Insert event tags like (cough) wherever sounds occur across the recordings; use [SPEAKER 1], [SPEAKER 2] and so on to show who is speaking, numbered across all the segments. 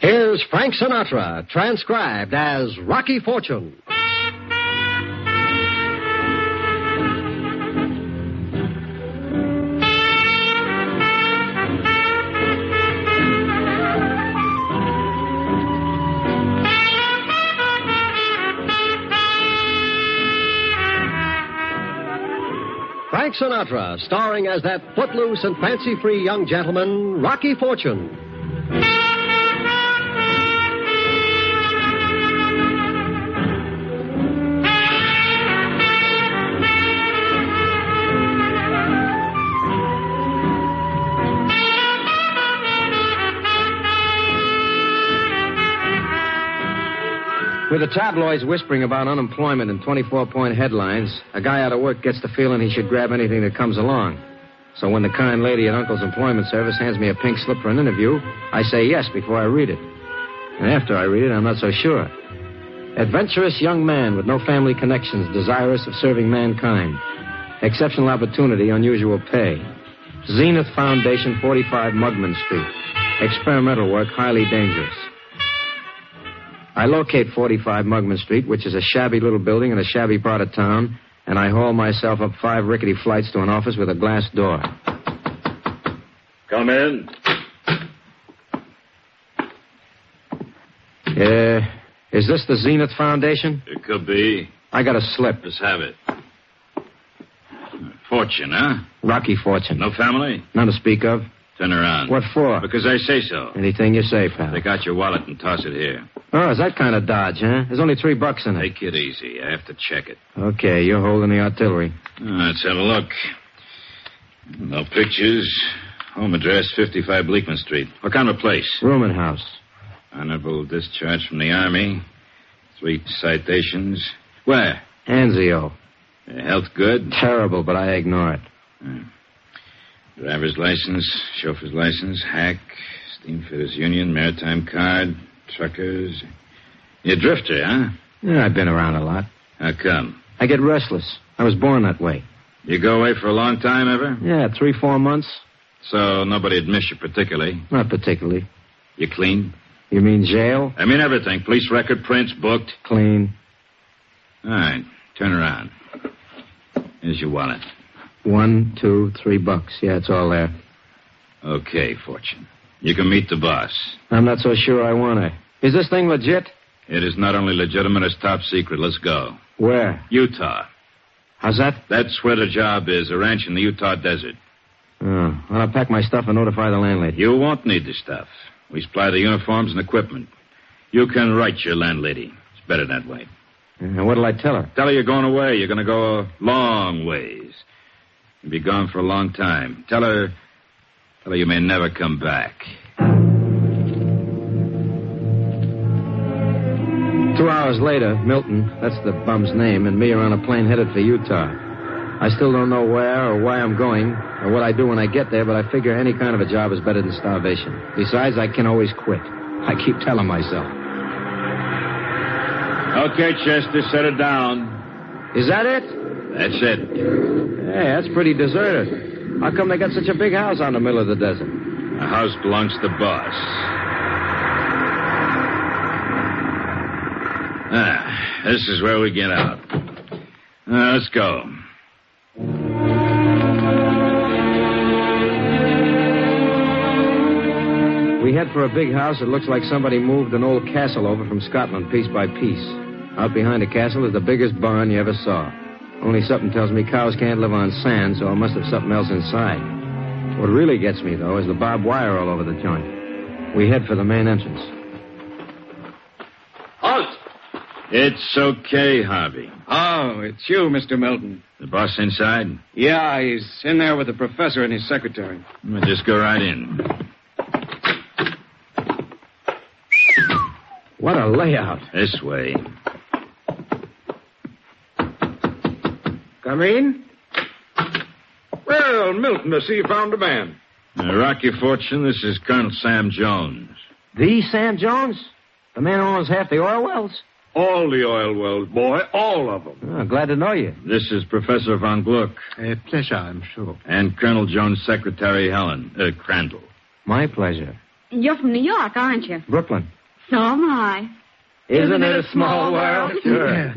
[SPEAKER 1] Here's Frank Sinatra, transcribed as Rocky Fortune. Frank Sinatra, starring as that footloose and fancy free young gentleman, Rocky Fortune.
[SPEAKER 2] With the tabloids whispering about unemployment and 24 point headlines, a guy out of work gets the feeling he should grab anything that comes along. So when the kind lady at Uncle's Employment Service hands me a pink slip for an interview, I say yes before I read it. And after I read it, I'm not so sure. Adventurous young man with no family connections, desirous of serving mankind. Exceptional opportunity, unusual pay. Zenith Foundation, 45 Mugman Street. Experimental work, highly dangerous. I locate 45 Mugman Street, which is a shabby little building in a shabby part of town, and I haul myself up five rickety flights to an office with a glass door.
[SPEAKER 3] Come in.
[SPEAKER 2] Uh, is this the Zenith Foundation?
[SPEAKER 3] It could be.
[SPEAKER 2] I got a slip.
[SPEAKER 3] Let's have it. Fortune, huh?
[SPEAKER 2] Rocky fortune.
[SPEAKER 3] No family?
[SPEAKER 2] None to speak of.
[SPEAKER 3] Turn around.
[SPEAKER 2] What for?
[SPEAKER 3] Because I say so.
[SPEAKER 2] Anything you say, pal.
[SPEAKER 3] Take out your wallet and toss it here.
[SPEAKER 2] Oh, is that kind of dodge, huh? There's only three bucks in it.
[SPEAKER 3] Take it easy. I have to check it.
[SPEAKER 2] Okay, you're holding the artillery.
[SPEAKER 3] Ah, let's have a look. No pictures. Home address, 55 Bleakman Street. What kind of a place?
[SPEAKER 2] Rooming house.
[SPEAKER 3] Honorable discharge from the Army. Three citations. Where?
[SPEAKER 2] Anzio.
[SPEAKER 3] Uh, health good.
[SPEAKER 2] Terrible, but I ignore it.
[SPEAKER 3] Driver's license, chauffeur's license, hack, steamfitters union, maritime card, truckers. You're a drifter, huh?
[SPEAKER 2] Yeah, I've been around a lot.
[SPEAKER 3] How come?
[SPEAKER 2] I get restless. I was born that way.
[SPEAKER 3] You go away for a long time ever?
[SPEAKER 2] Yeah, three, four months.
[SPEAKER 3] So nobody admits you particularly.
[SPEAKER 2] Not particularly.
[SPEAKER 3] You clean?
[SPEAKER 2] You mean jail?
[SPEAKER 3] I mean everything. Police record, prints, booked.
[SPEAKER 2] Clean.
[SPEAKER 3] All right, turn around. Here's your wallet.
[SPEAKER 2] One, two, three bucks. Yeah, it's all there.
[SPEAKER 3] Okay, Fortune. You can meet the boss.
[SPEAKER 2] I'm not so sure I want to. Is this thing legit?
[SPEAKER 3] It is not only legitimate, it's top secret. Let's go.
[SPEAKER 2] Where?
[SPEAKER 3] Utah.
[SPEAKER 2] How's that?
[SPEAKER 3] That's where the job is, a ranch in the Utah desert.
[SPEAKER 2] Oh, well, I'll pack my stuff and notify the landlady.
[SPEAKER 3] You won't need the stuff. We supply the uniforms and equipment. You can write your landlady. It's better that way.
[SPEAKER 2] Uh, what'll I tell her?
[SPEAKER 3] Tell her you're going away. You're going to go a long ways. You'll be gone for a long time. Tell her. Tell her you may never come back.
[SPEAKER 2] Two hours later, Milton, that's the bum's name, and me are on a plane headed for Utah. I still don't know where or why I'm going or what I do when I get there, but I figure any kind of a job is better than starvation. Besides, I can always quit. I keep telling myself.
[SPEAKER 3] Okay, Chester, set it down.
[SPEAKER 2] Is that it?
[SPEAKER 3] That's it.
[SPEAKER 2] Yeah, that's pretty deserted. How come they got such a big house out in the middle of the desert?
[SPEAKER 3] The house belongs to the boss. Ah, this is where we get out. Now, let's go.
[SPEAKER 2] We head for a big house that looks like somebody moved an old castle over from Scotland piece by piece. Out behind the castle is the biggest barn you ever saw. Only something tells me cows can't live on sand, so I must have something else inside. What really gets me, though, is the barbed wire all over the joint. We head for the main entrance.
[SPEAKER 4] Halt!
[SPEAKER 3] It's okay, Harvey.
[SPEAKER 4] Oh, it's you, Mr. Milton.
[SPEAKER 3] The boss inside?
[SPEAKER 4] Yeah, he's in there with the professor and his secretary.
[SPEAKER 3] We'll just go right in.
[SPEAKER 2] What a layout.
[SPEAKER 3] This way.
[SPEAKER 4] Come in. Well, Milton, I see you found a man.
[SPEAKER 3] Uh, Rocky Fortune, this is Colonel Sam Jones.
[SPEAKER 2] The Sam Jones? The man who owns half the oil wells?
[SPEAKER 4] All the oil wells, boy, all of them.
[SPEAKER 2] Oh, glad to know you.
[SPEAKER 3] This is Professor von Gluck
[SPEAKER 5] A pleasure, I'm sure.
[SPEAKER 3] and Colonel Jones' secretary, Helen uh, Crandall.
[SPEAKER 2] My pleasure.
[SPEAKER 5] You're from New York, aren't you?
[SPEAKER 2] Brooklyn.
[SPEAKER 5] So am I. Isn't it a small world?
[SPEAKER 2] Sure.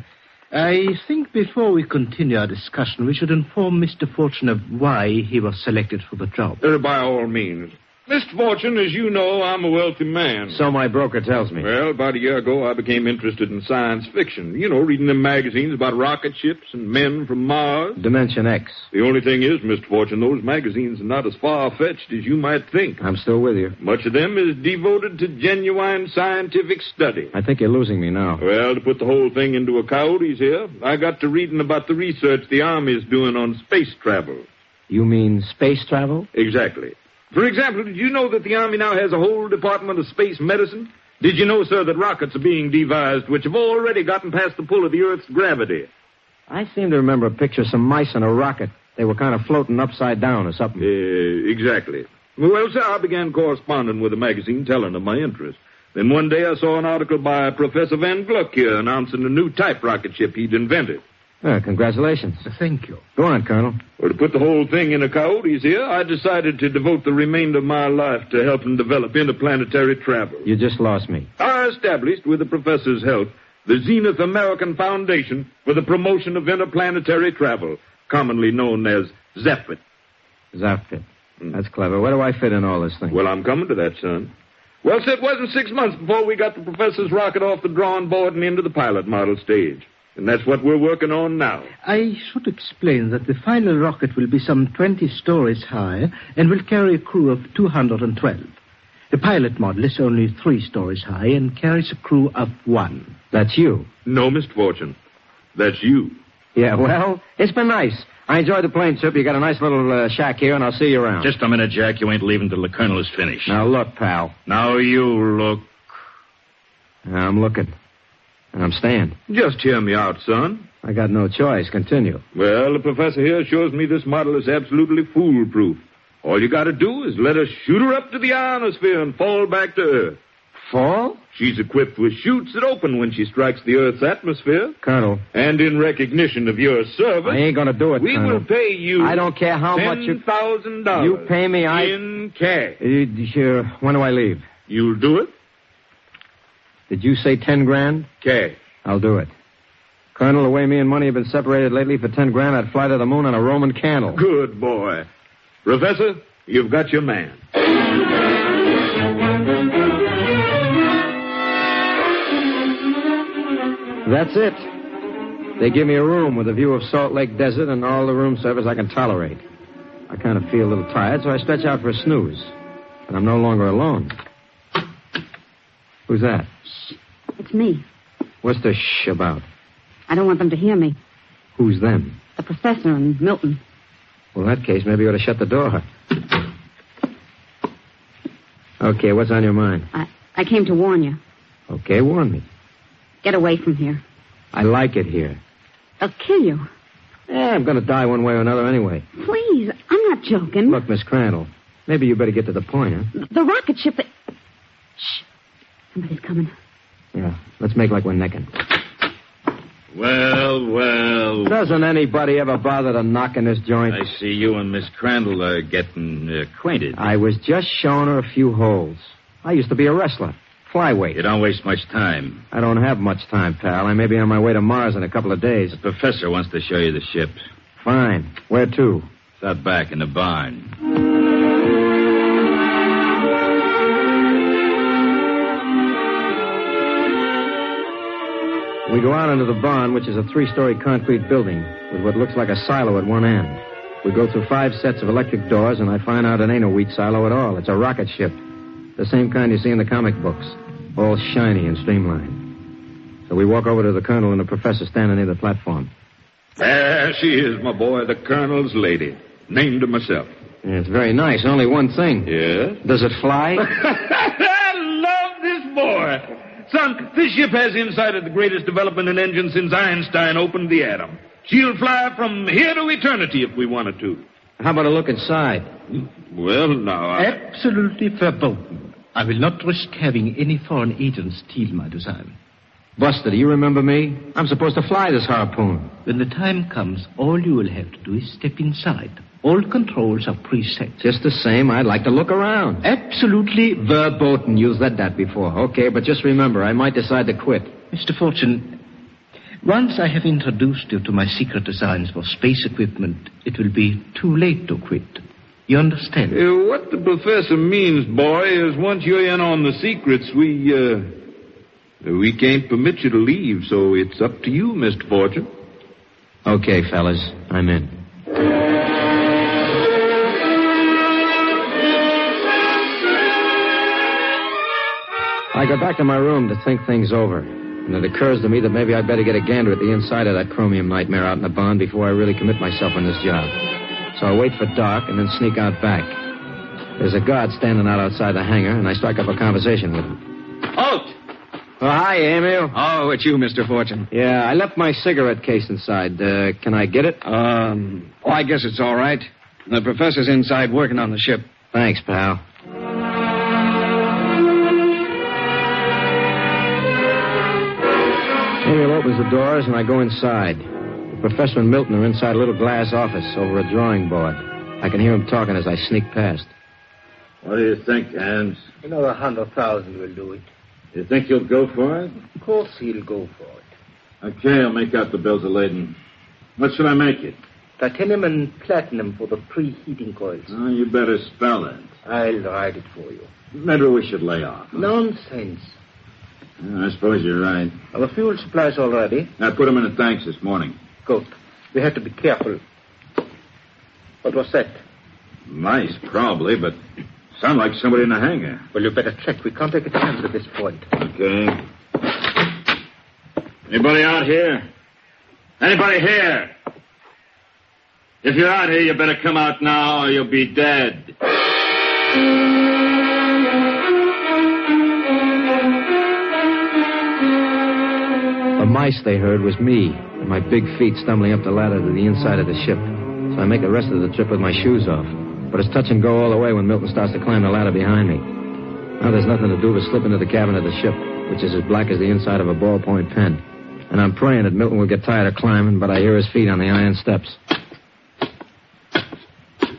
[SPEAKER 6] I think before we continue our discussion, we should inform Mr. Fortune of why he was selected for the job.
[SPEAKER 3] Uh, by all means. Mr. Fortune, as you know, I'm a wealthy man.
[SPEAKER 2] So my broker tells me.
[SPEAKER 3] Well, about a year ago, I became interested in science fiction. You know, reading the magazines about rocket ships and men from Mars.
[SPEAKER 2] Dimension X.
[SPEAKER 3] The only thing is, Mr. Fortune, those magazines are not as far-fetched as you might think.
[SPEAKER 2] I'm still with you.
[SPEAKER 3] Much of them is devoted to genuine scientific study.
[SPEAKER 2] I think you're losing me now.
[SPEAKER 3] Well, to put the whole thing into a coyote's here, I got to reading about the research the Army's doing on space travel.
[SPEAKER 2] You mean space travel?
[SPEAKER 3] Exactly. For example, did you know that the Army now has a whole department of space medicine? Did you know, sir, that rockets are being devised which have already gotten past the pull of the Earth's gravity?
[SPEAKER 2] I seem to remember a picture of some mice in a rocket. They were kind of floating upside down or something.
[SPEAKER 3] Uh, exactly. Well, sir, I began corresponding with a magazine telling of my interest. Then one day I saw an article by Professor Van Gluck here announcing a new type rocket ship he'd invented.
[SPEAKER 2] Ah, congratulations.
[SPEAKER 6] Thank you.
[SPEAKER 2] Go on, Colonel.
[SPEAKER 3] Well, to put the whole thing in a coyote's ear, I decided to devote the remainder of my life to helping develop interplanetary travel.
[SPEAKER 2] You just lost me.
[SPEAKER 3] I established, with the professor's help, the Zenith American Foundation for the Promotion of Interplanetary Travel, commonly known as ZEPFIT.
[SPEAKER 2] Zapfit. That's clever. Where do I fit in all this thing?
[SPEAKER 3] Well, I'm coming to that, son. Well, sir, it wasn't six months before we got the professor's rocket off the drawing board and into the pilot model stage. And that's what we're working on now.
[SPEAKER 6] I should explain that the final rocket will be some 20 stories high and will carry a crew of 212. The pilot model is only three stories high and carries a crew of one.
[SPEAKER 2] That's you.
[SPEAKER 3] No, Mr. Fortune. That's you.
[SPEAKER 2] Yeah, well, it's been nice. I enjoyed the plane trip. You got a nice little uh, shack here, and I'll see you around.
[SPEAKER 7] Just a minute, Jack. You ain't leaving till the colonel is finished.
[SPEAKER 2] Now, look, pal.
[SPEAKER 7] Now you look.
[SPEAKER 2] I'm looking. And I'm staying.
[SPEAKER 3] Just hear me out, son.
[SPEAKER 2] I got no choice. Continue.
[SPEAKER 3] Well, the professor here assures me this model is absolutely foolproof. All you gotta do is let us shoot her up to the ionosphere and fall back to Earth.
[SPEAKER 2] Fall?
[SPEAKER 3] She's equipped with chutes that open when she strikes the Earth's atmosphere.
[SPEAKER 2] Colonel,
[SPEAKER 3] And in recognition of your service,
[SPEAKER 2] I ain't gonna do it,
[SPEAKER 3] we
[SPEAKER 2] Colonel.
[SPEAKER 3] will pay you.
[SPEAKER 2] I don't care how much you-
[SPEAKER 3] thousand dollars.
[SPEAKER 2] You pay me, I-
[SPEAKER 3] in cash.
[SPEAKER 2] You- you sure, when do I leave?
[SPEAKER 3] You'll do it,
[SPEAKER 2] Did you say ten grand?
[SPEAKER 3] cash.
[SPEAKER 2] I'll do it. Colonel, the way me and money have been separated lately for ten grand, I'd fly to the moon on a Roman candle.
[SPEAKER 3] Good boy, Professor. You've got your man.
[SPEAKER 2] That's it. They give me a room with a view of Salt Lake Desert and all the room service I can tolerate. I kind of feel a little tired, so I stretch out for a snooze. And I'm no longer alone. Who's that?
[SPEAKER 5] It's me.
[SPEAKER 2] What's the shh about?
[SPEAKER 5] I don't want them to hear me.
[SPEAKER 2] Who's them?
[SPEAKER 5] The professor and Milton.
[SPEAKER 2] Well, in that case, maybe you ought to shut the door. Okay, what's on your mind?
[SPEAKER 5] I, I came to warn you.
[SPEAKER 2] Okay, warn me.
[SPEAKER 5] Get away from here.
[SPEAKER 2] I like it here.
[SPEAKER 5] They'll kill you.
[SPEAKER 2] Eh, I'm going to die one way or another anyway.
[SPEAKER 5] Please, I'm not joking.
[SPEAKER 2] Look, Miss Crandall, maybe you better get to the point, huh?
[SPEAKER 5] The rocket ship that... Shh. Somebody's coming.
[SPEAKER 2] Yeah, let's make like we're necking.
[SPEAKER 7] Well, well.
[SPEAKER 2] Doesn't anybody ever bother to knock in this joint?
[SPEAKER 7] I see you and Miss Crandall are getting acquainted.
[SPEAKER 2] I was just showing her a few holes. I used to be a wrestler,
[SPEAKER 7] You
[SPEAKER 2] flyweight.
[SPEAKER 7] don't waste much time.
[SPEAKER 2] I don't have much time, pal. I may be on my way to Mars in a couple of days.
[SPEAKER 7] The professor wants to show you the ship.
[SPEAKER 2] Fine. Where to?
[SPEAKER 7] It's out back in the barn.
[SPEAKER 2] We go out into the barn, which is a three story concrete building with what looks like a silo at one end. We go through five sets of electric doors, and I find out it ain't a wheat silo at all. It's a rocket ship. The same kind you see in the comic books, all shiny and streamlined. So we walk over to the colonel and the professor standing near the platform.
[SPEAKER 3] There she is, my boy, the colonel's lady. Named her myself.
[SPEAKER 2] Yeah, it's very nice, only one thing.
[SPEAKER 3] Yes.
[SPEAKER 2] Does it fly?
[SPEAKER 3] I (laughs) love this boy. Son, this ship has incited the greatest development in engines since Einstein opened the atom. She'll fly from here to eternity if we wanted to.
[SPEAKER 2] How about a look inside?
[SPEAKER 3] Well, now, I...
[SPEAKER 6] Absolutely verboten. I will not risk having any foreign agents steal my design.
[SPEAKER 2] Buster, do you remember me? I'm supposed to fly this harpoon.
[SPEAKER 6] When the time comes, all you will have to do is step inside. All controls are preset.
[SPEAKER 2] Just the same, I'd like to look around. Absolutely verboten. You've said that before. Okay, but just remember, I might decide to quit.
[SPEAKER 6] Mr. Fortune, once I have introduced you to my secret designs for space equipment, it will be too late to quit. You understand?
[SPEAKER 8] Uh, what the professor means, boy, is once you're in on the secrets, we, uh, we can't permit you to leave, so it's up to you, Mr. Fortune.
[SPEAKER 2] Okay, fellas, I'm in. I go back to my room to think things over, and it occurs to me that maybe I'd better get a gander at the inside of that chromium nightmare out in the barn before I really commit myself on this job. So I wait for dark and then sneak out back. There's a guard standing out outside the hangar, and I strike up a conversation with him.
[SPEAKER 3] Halt!
[SPEAKER 2] Oh, hi, Emil.
[SPEAKER 4] Oh, it's you, Mr. Fortune.
[SPEAKER 2] Yeah, I left my cigarette case inside. Uh, can I get it?
[SPEAKER 4] Um, oh, I guess it's all right. The professor's inside working on the ship.
[SPEAKER 2] Thanks, pal. Ariel opens the doors and I go inside. The professor and Milton are inside a little glass office over a drawing board. I can hear them talking as I sneak past.
[SPEAKER 3] What do you think, Hans?
[SPEAKER 9] Another hundred thousand will do it.
[SPEAKER 3] You think you'll go for it?
[SPEAKER 9] Of course he'll go for it.
[SPEAKER 3] Okay, I'll make out the bills of lading. What should I make it?
[SPEAKER 9] Titanium and platinum for the preheating coils.
[SPEAKER 3] Oh, you better spell it.
[SPEAKER 9] I'll write it for you.
[SPEAKER 3] Maybe we should lay off. huh?
[SPEAKER 9] Nonsense.
[SPEAKER 3] Yeah, I suppose you're right.
[SPEAKER 9] Our fuel supply's all ready.
[SPEAKER 3] I put him in the tanks this morning.
[SPEAKER 9] Good. We have to be careful. What was that?
[SPEAKER 3] Mice, probably, but sound like somebody in a hangar.
[SPEAKER 9] Well, you better check. We can't take a chance at this point.
[SPEAKER 3] Okay. Anybody out here? Anybody here? If you're out here, you better come out now or you'll be dead.
[SPEAKER 2] The mice they heard was me, and my big feet stumbling up the ladder to the inside of the ship. So I make the rest of the trip with my shoes off. But it's touch and go all the way when Milton starts to climb the ladder behind me. Now there's nothing to do but slip into the cabin of the ship, which is as black as the inside of a ballpoint pen. And I'm praying that Milton will get tired of climbing, but I hear his feet on the iron steps.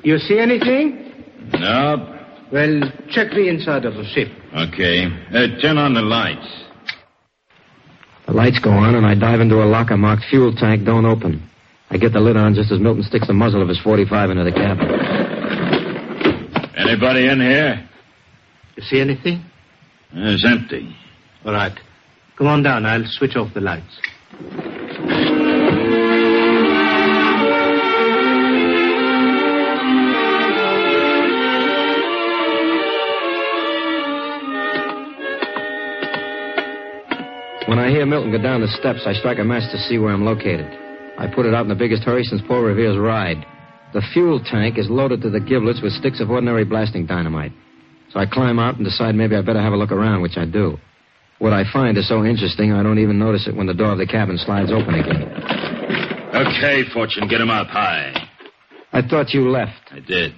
[SPEAKER 6] You see anything?
[SPEAKER 3] Nope.
[SPEAKER 6] Well, check the inside of the ship.
[SPEAKER 3] Okay. Uh, turn on the lights.
[SPEAKER 2] The lights go on, and I dive into a locker marked fuel tank, don't open. I get the lid on just as Milton sticks the muzzle of his 45 into the cabin.
[SPEAKER 3] Anybody in here?
[SPEAKER 6] You see anything?
[SPEAKER 3] Uh, It's empty.
[SPEAKER 6] All right. Come on down. I'll switch off the lights.
[SPEAKER 2] When I hear Milton go down the steps, I strike a match to see where I'm located. I put it out in the biggest hurry since Paul Revere's ride. The fuel tank is loaded to the giblets with sticks of ordinary blasting dynamite. So I climb out and decide maybe I better have a look around, which I do. What I find is so interesting I don't even notice it when the door of the cabin slides open again.
[SPEAKER 3] Okay, Fortune, get him up high.
[SPEAKER 2] I thought you left.
[SPEAKER 3] I did.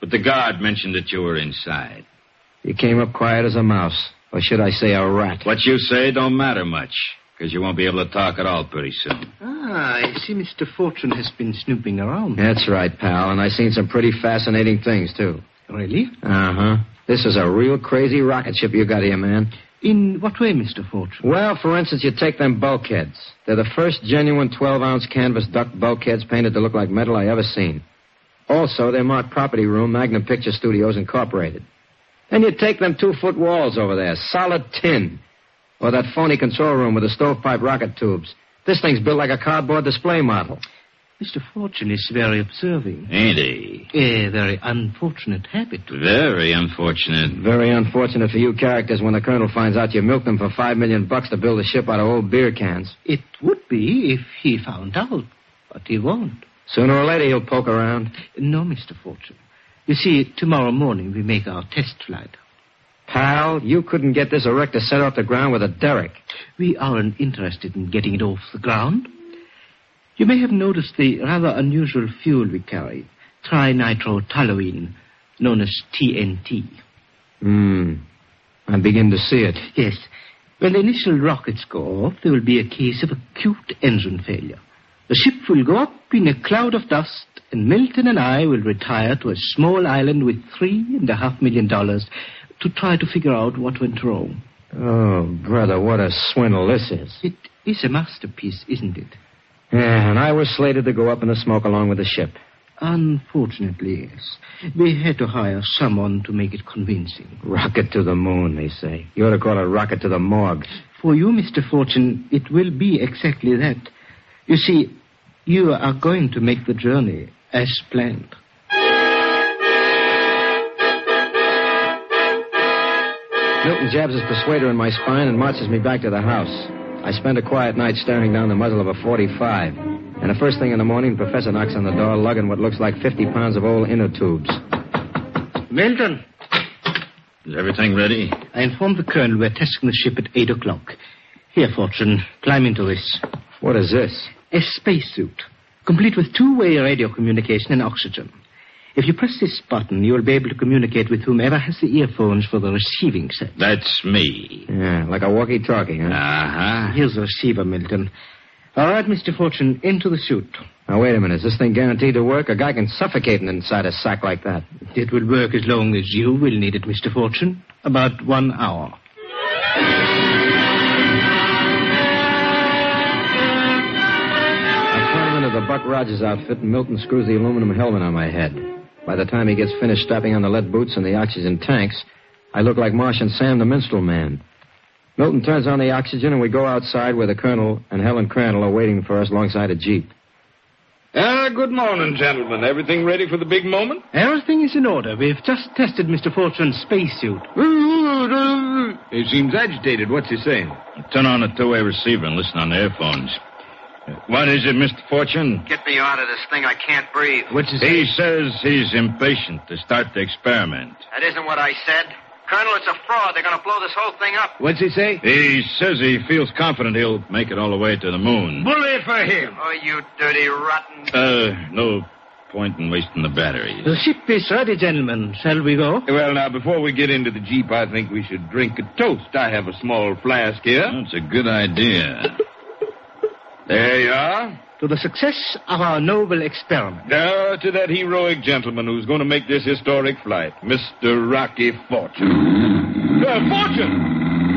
[SPEAKER 3] But the guard mentioned that you were inside.
[SPEAKER 2] You came up quiet as a mouse, or should I say a rat.
[SPEAKER 3] What you say don't matter much, because you won't be able to talk at all pretty soon.
[SPEAKER 6] Ah, I see Mr. Fortune has been snooping around.
[SPEAKER 2] That's right, pal, and I seen some pretty fascinating things, too.
[SPEAKER 6] Really?
[SPEAKER 2] Uh huh. This is a real crazy rocket ship you got here, man.
[SPEAKER 6] In what way, Mr. Fortune?
[SPEAKER 2] Well, for instance, you take them bulkheads. They're the first genuine 12 ounce canvas duck bulkheads painted to look like metal I ever seen. Also, they're marked Property Room, Magnum Picture Studios, Incorporated. Then you take them two foot walls over there, solid tin. Or that phony control room with the stovepipe rocket tubes. This thing's built like a cardboard display model.
[SPEAKER 6] Mr. Fortune is very observing.
[SPEAKER 3] Ain't he?
[SPEAKER 6] A very unfortunate habit.
[SPEAKER 3] Very unfortunate.
[SPEAKER 2] Very unfortunate for you characters when the Colonel finds out you milked them for five million bucks to build a ship out of old beer cans.
[SPEAKER 6] It would be if he found out, but he won't.
[SPEAKER 2] Sooner or later, he'll poke around.
[SPEAKER 6] No, Mr. Fortune. You see, tomorrow morning we make our test flight.
[SPEAKER 2] Pal, you couldn't get this erector set off the ground with a derrick.
[SPEAKER 6] We aren't interested in getting it off the ground. You may have noticed the rather unusual fuel we carry, trinitrotoluene, known as TNT.
[SPEAKER 2] Hmm. I begin to see it.
[SPEAKER 6] Yes. When the initial rockets go off, there will be a case of acute engine failure. The ship will go up in a cloud of dust and Milton and I will retire to a small island with three and a half million dollars to try to figure out what went wrong.
[SPEAKER 2] Oh, brother, what a swindle this is.
[SPEAKER 6] It is a masterpiece, isn't it?
[SPEAKER 2] Yeah, and I was slated to go up in the smoke along with the ship.
[SPEAKER 6] Unfortunately, yes. We had to hire someone to make it convincing.
[SPEAKER 2] Rocket to the moon, they say. You ought to call it rocket to the morgue.
[SPEAKER 6] For you, Mr. Fortune, it will be exactly that. You see, you are going to make the journey as planned.
[SPEAKER 2] Milton jabs his persuader in my spine and marches me back to the house. I spend a quiet night staring down the muzzle of a 45. And the first thing in the morning, Professor knocks on the door, lugging what looks like 50 pounds of old inner tubes.
[SPEAKER 6] Milton!
[SPEAKER 3] Is everything ready?
[SPEAKER 6] I informed the Colonel we're testing the ship at 8 o'clock. Here, Fortune, climb into this.
[SPEAKER 2] What is this?
[SPEAKER 6] A spacesuit, complete with two-way radio communication and oxygen. If you press this button, you'll be able to communicate with whomever has the earphones for the receiving set.
[SPEAKER 3] That's me.
[SPEAKER 2] Yeah, like a walkie-talkie, huh?
[SPEAKER 3] Uh huh.
[SPEAKER 6] Ah, Here's the receiver, Milton. All right, Mr. Fortune, into the suit.
[SPEAKER 2] Now, wait a minute. Is this thing guaranteed to work? A guy can suffocate inside a sack like that.
[SPEAKER 6] It will work as long as you will need it, Mr. Fortune. About one hour.
[SPEAKER 2] I climb into the Buck Rogers outfit, and Milton screws the aluminum helmet on my head. By the time he gets finished strapping on the lead boots and the oxygen tanks, I look like Martian Sam the Minstrel Man. Milton turns on the oxygen, and we go outside where the Colonel and Helen Crandall are waiting for us alongside a Jeep.
[SPEAKER 8] Ah, good morning, gentlemen. Everything ready for the big moment?
[SPEAKER 6] Everything is in order. We've just tested Mr. Fortune's spacesuit.
[SPEAKER 8] He seems agitated. What's he saying?
[SPEAKER 3] Turn on the two way receiver and listen on the earphones. What is it, Mr. Fortune?
[SPEAKER 2] Get me out of this thing. I can't breathe.
[SPEAKER 6] What's his
[SPEAKER 3] He says he's impatient to start the experiment.
[SPEAKER 2] That isn't what I said. Colonel, it's a fraud. They're going to blow this whole thing up.
[SPEAKER 4] What's he say?
[SPEAKER 3] He says he feels confident he'll make it all the way to the moon.
[SPEAKER 8] Bully for him.
[SPEAKER 2] Oh, you dirty rotten.
[SPEAKER 3] Uh, no point in wasting the batteries.
[SPEAKER 6] The ship is ready, gentlemen. Shall we go?
[SPEAKER 8] Well, now, before we get into the Jeep, I think we should drink a toast. I have a small flask here.
[SPEAKER 3] That's a good idea.
[SPEAKER 8] There you are.
[SPEAKER 6] To the success of our noble experiment.
[SPEAKER 8] Now to that heroic gentleman who's going to make this historic flight, Mr. Rocky Fortune.
[SPEAKER 3] Mm-hmm.
[SPEAKER 8] Uh, Fortune!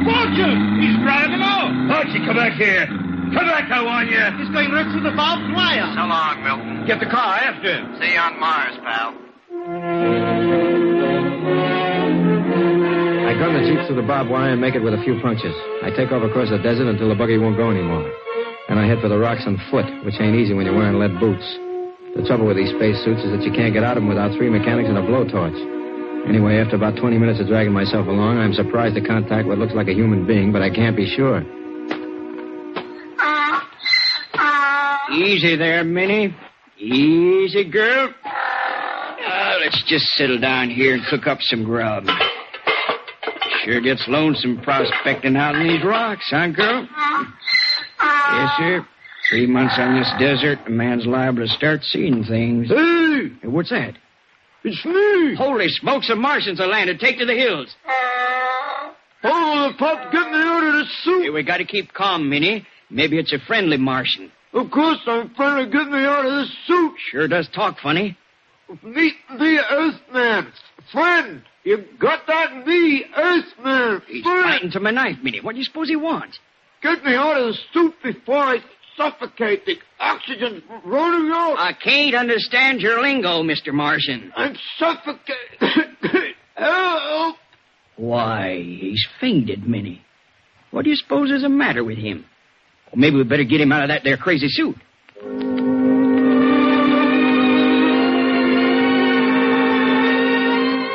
[SPEAKER 8] Fortune! He's driving off! Archie, come back here! Come back, I warn you! He's going right through the barbed wire!
[SPEAKER 2] So long, Milton.
[SPEAKER 8] Get the car after him.
[SPEAKER 2] See you on Mars, pal. I gun the Jeep through the barbed wire and make it with a few punctures. I take off across the desert until the buggy won't go anymore. And I head for the rocks on foot, which ain't easy when you're wearing lead boots. The trouble with these spacesuits is that you can't get out of them without three mechanics and a blowtorch. Anyway, after about 20 minutes of dragging myself along, I'm surprised to contact what looks like a human being, but I can't be sure. Easy there, Minnie. Easy, girl. Now, Uh, let's just settle down here and cook up some grub. Sure gets lonesome prospecting out in these rocks, huh, girl? Yes, sir. Three months on this desert, a man's liable to start seeing things. Hey! What's that?
[SPEAKER 8] It's me!
[SPEAKER 2] Holy smokes, the Martians are landed. Take to the hills.
[SPEAKER 8] Oh, the pup getting me out of the
[SPEAKER 2] Hey,
[SPEAKER 8] soup!
[SPEAKER 2] we gotta keep calm, Minnie. Maybe it's a friendly Martian.
[SPEAKER 8] Of course, I'm finally getting me out of the soup!
[SPEAKER 2] Sure does talk funny.
[SPEAKER 8] Meet the Earthman! Friend! You got that? Me, Earthman!
[SPEAKER 2] He's
[SPEAKER 8] Friend!
[SPEAKER 2] biting to my knife, Minnie. What do you suppose he wants?
[SPEAKER 8] Get me out of the soup before I suffocate. The oxygen's running out.
[SPEAKER 2] I can't understand your lingo, Mr. Martian.
[SPEAKER 8] I'm (coughs) suffocating. Help!
[SPEAKER 2] Why, he's fainted, Minnie. What do you suppose is the matter with him? Well, maybe we better get him out of that there crazy suit.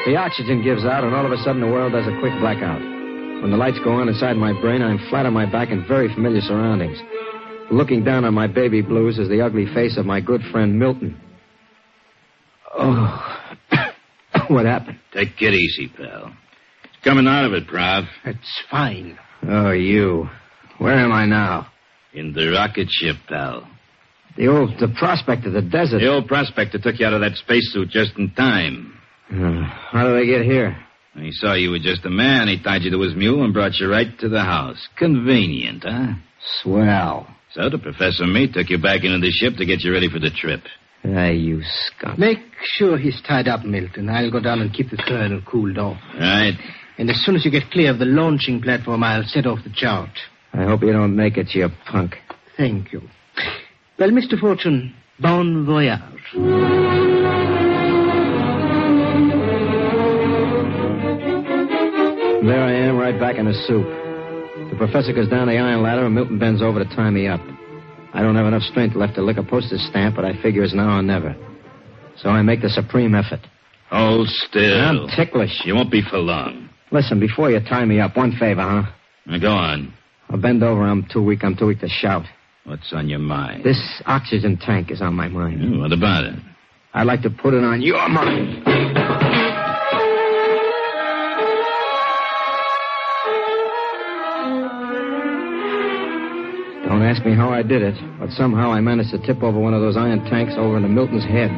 [SPEAKER 2] The oxygen gives out, and all of a sudden the world does a quick blackout. When the lights go on inside my brain, I'm flat on my back in very familiar surroundings. Looking down on my baby blues is the ugly face of my good friend Milton. Oh, (coughs) what happened?
[SPEAKER 3] Take it easy, pal. It's coming out of it, Prov.
[SPEAKER 6] That's fine.
[SPEAKER 2] Oh, you. Where am I now?
[SPEAKER 3] In the rocket ship, pal.
[SPEAKER 2] The old, the prospect of the desert.
[SPEAKER 3] The old prospector took you out of that spacesuit just in time.
[SPEAKER 2] Uh, how did I get here?
[SPEAKER 3] When he saw you were just a man, he tied you to his mule and brought you right to the house. Convenient, huh?
[SPEAKER 2] Swell.
[SPEAKER 3] So the Professor and me took you back into the ship to get you ready for the trip.
[SPEAKER 2] Ah, you skunk.
[SPEAKER 6] Make sure he's tied up, Milton. I'll go down and keep the colonel cooled off.
[SPEAKER 3] Right.
[SPEAKER 6] And as soon as you get clear of the launching platform, I'll set off the chart.
[SPEAKER 2] I hope you don't make it, you punk.
[SPEAKER 6] Thank you. Well, Mr. Fortune, bon voyage.
[SPEAKER 2] There I am, right back in the soup. The professor goes down the iron ladder, and Milton bends over to tie me up. I don't have enough strength left to lick a postage stamp, but I figure it's now or never. So I make the supreme effort.
[SPEAKER 3] Hold still.
[SPEAKER 2] I'm ticklish.
[SPEAKER 3] You won't be for long.
[SPEAKER 2] Listen, before you tie me up, one favor, huh?
[SPEAKER 3] Now go on.
[SPEAKER 2] I'll bend over. I'm too weak. I'm too weak to shout.
[SPEAKER 3] What's on your mind?
[SPEAKER 2] This oxygen tank is on my mind.
[SPEAKER 3] Hmm, What about it?
[SPEAKER 2] I'd like to put it on your mind. Don't ask me how I did it, but somehow I managed to tip over one of those iron tanks over into Milton's head.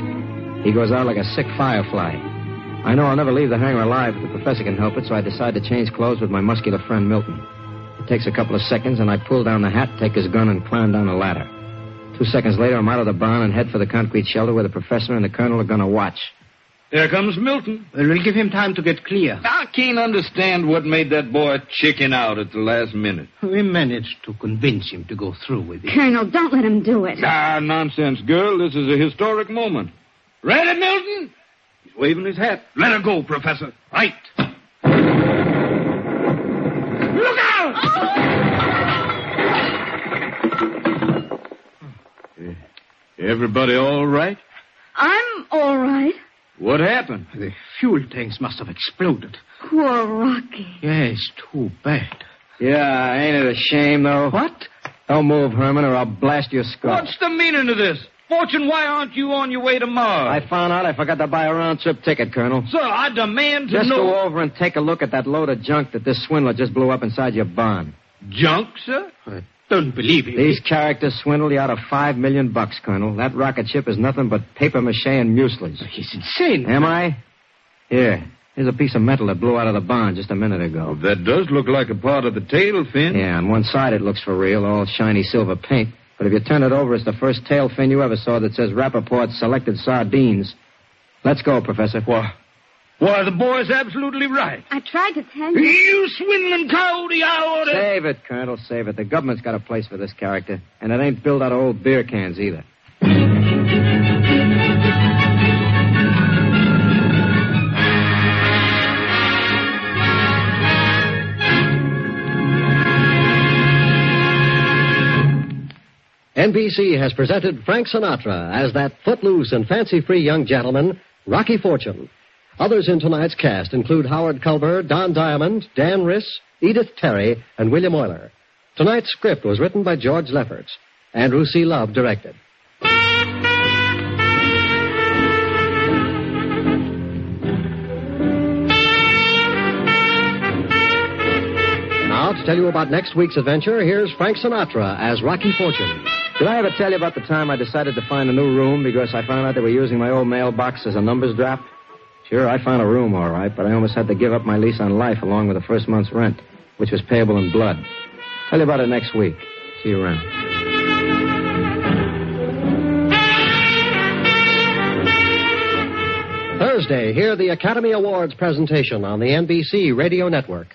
[SPEAKER 2] He goes out like a sick firefly. I know I'll never leave the hangar alive, but the professor can help it, so I decide to change clothes with my muscular friend Milton. It takes a couple of seconds, and I pull down the hat, take his gun, and climb down the ladder. Two seconds later, I'm out of the barn and head for the concrete shelter where the professor and the colonel are going to watch.
[SPEAKER 8] Here comes Milton.
[SPEAKER 6] Well, we'll give him time to get clear.
[SPEAKER 8] I can't understand what made that boy chicken out at the last minute.
[SPEAKER 6] We managed to convince him to go through with it.
[SPEAKER 5] Colonel, don't let him do it.
[SPEAKER 8] Ah, nonsense, girl. This is a historic moment. Ready, Milton? He's waving his hat. Let her go, Professor. Right. Look out! Eh, Everybody all right?
[SPEAKER 5] I'm all right.
[SPEAKER 8] What happened?
[SPEAKER 6] The fuel tanks must have exploded.
[SPEAKER 5] Poor Rocky.
[SPEAKER 6] Yes, too bad.
[SPEAKER 2] Yeah, ain't it a shame, though?
[SPEAKER 6] What?
[SPEAKER 2] Don't move, Herman, or I'll blast your skull.
[SPEAKER 8] What's the meaning of this? Fortune, why aren't you on your way to Mars?
[SPEAKER 2] I found out I forgot to buy a round trip ticket, Colonel.
[SPEAKER 8] Sir, I demand to
[SPEAKER 2] Just
[SPEAKER 8] know.
[SPEAKER 2] go over and take a look at that load of junk that this swindler just blew up inside your barn.
[SPEAKER 8] Junk, sir?
[SPEAKER 6] I don't believe you.
[SPEAKER 2] These characters swindled you out of five million bucks, Colonel. That rocket ship is nothing but paper mache and mucilage.
[SPEAKER 6] He's insane.
[SPEAKER 2] Am I? Here. Here's a piece of metal that blew out of the barn just a minute ago.
[SPEAKER 8] That does look like a part of the tail fin.
[SPEAKER 2] Yeah, on one side it looks for real, all shiny silver paint. But if you turn it over, it's the first tail fin you ever saw that says Rappaport Selected Sardines. Let's go, Professor. What?
[SPEAKER 8] Why, the boy's absolutely right.
[SPEAKER 5] I tried to tell you.
[SPEAKER 8] You swindling coyote, I order.
[SPEAKER 2] Save it, Colonel, save it. The government's got a place for this character, and it ain't built out of old beer cans either.
[SPEAKER 1] NBC has presented Frank Sinatra as that footloose and fancy free young gentleman, Rocky Fortune. Others in tonight's cast include Howard Culber, Don Diamond, Dan Riss, Edith Terry, and William Euler. Tonight's script was written by George Lefferts. Andrew C. Love directed. Now, to tell you about next week's adventure, here's Frank Sinatra as Rocky Fortune.
[SPEAKER 2] Did I ever tell you about the time I decided to find a new room because I found out they were using my old mailbox as a numbers drop? Sure, I found a room, all right, but I almost had to give up my lease on life along with the first month's rent, which was payable in blood. Tell you about it next week. See you around.
[SPEAKER 1] Thursday, hear the Academy Awards presentation on the NBC Radio Network.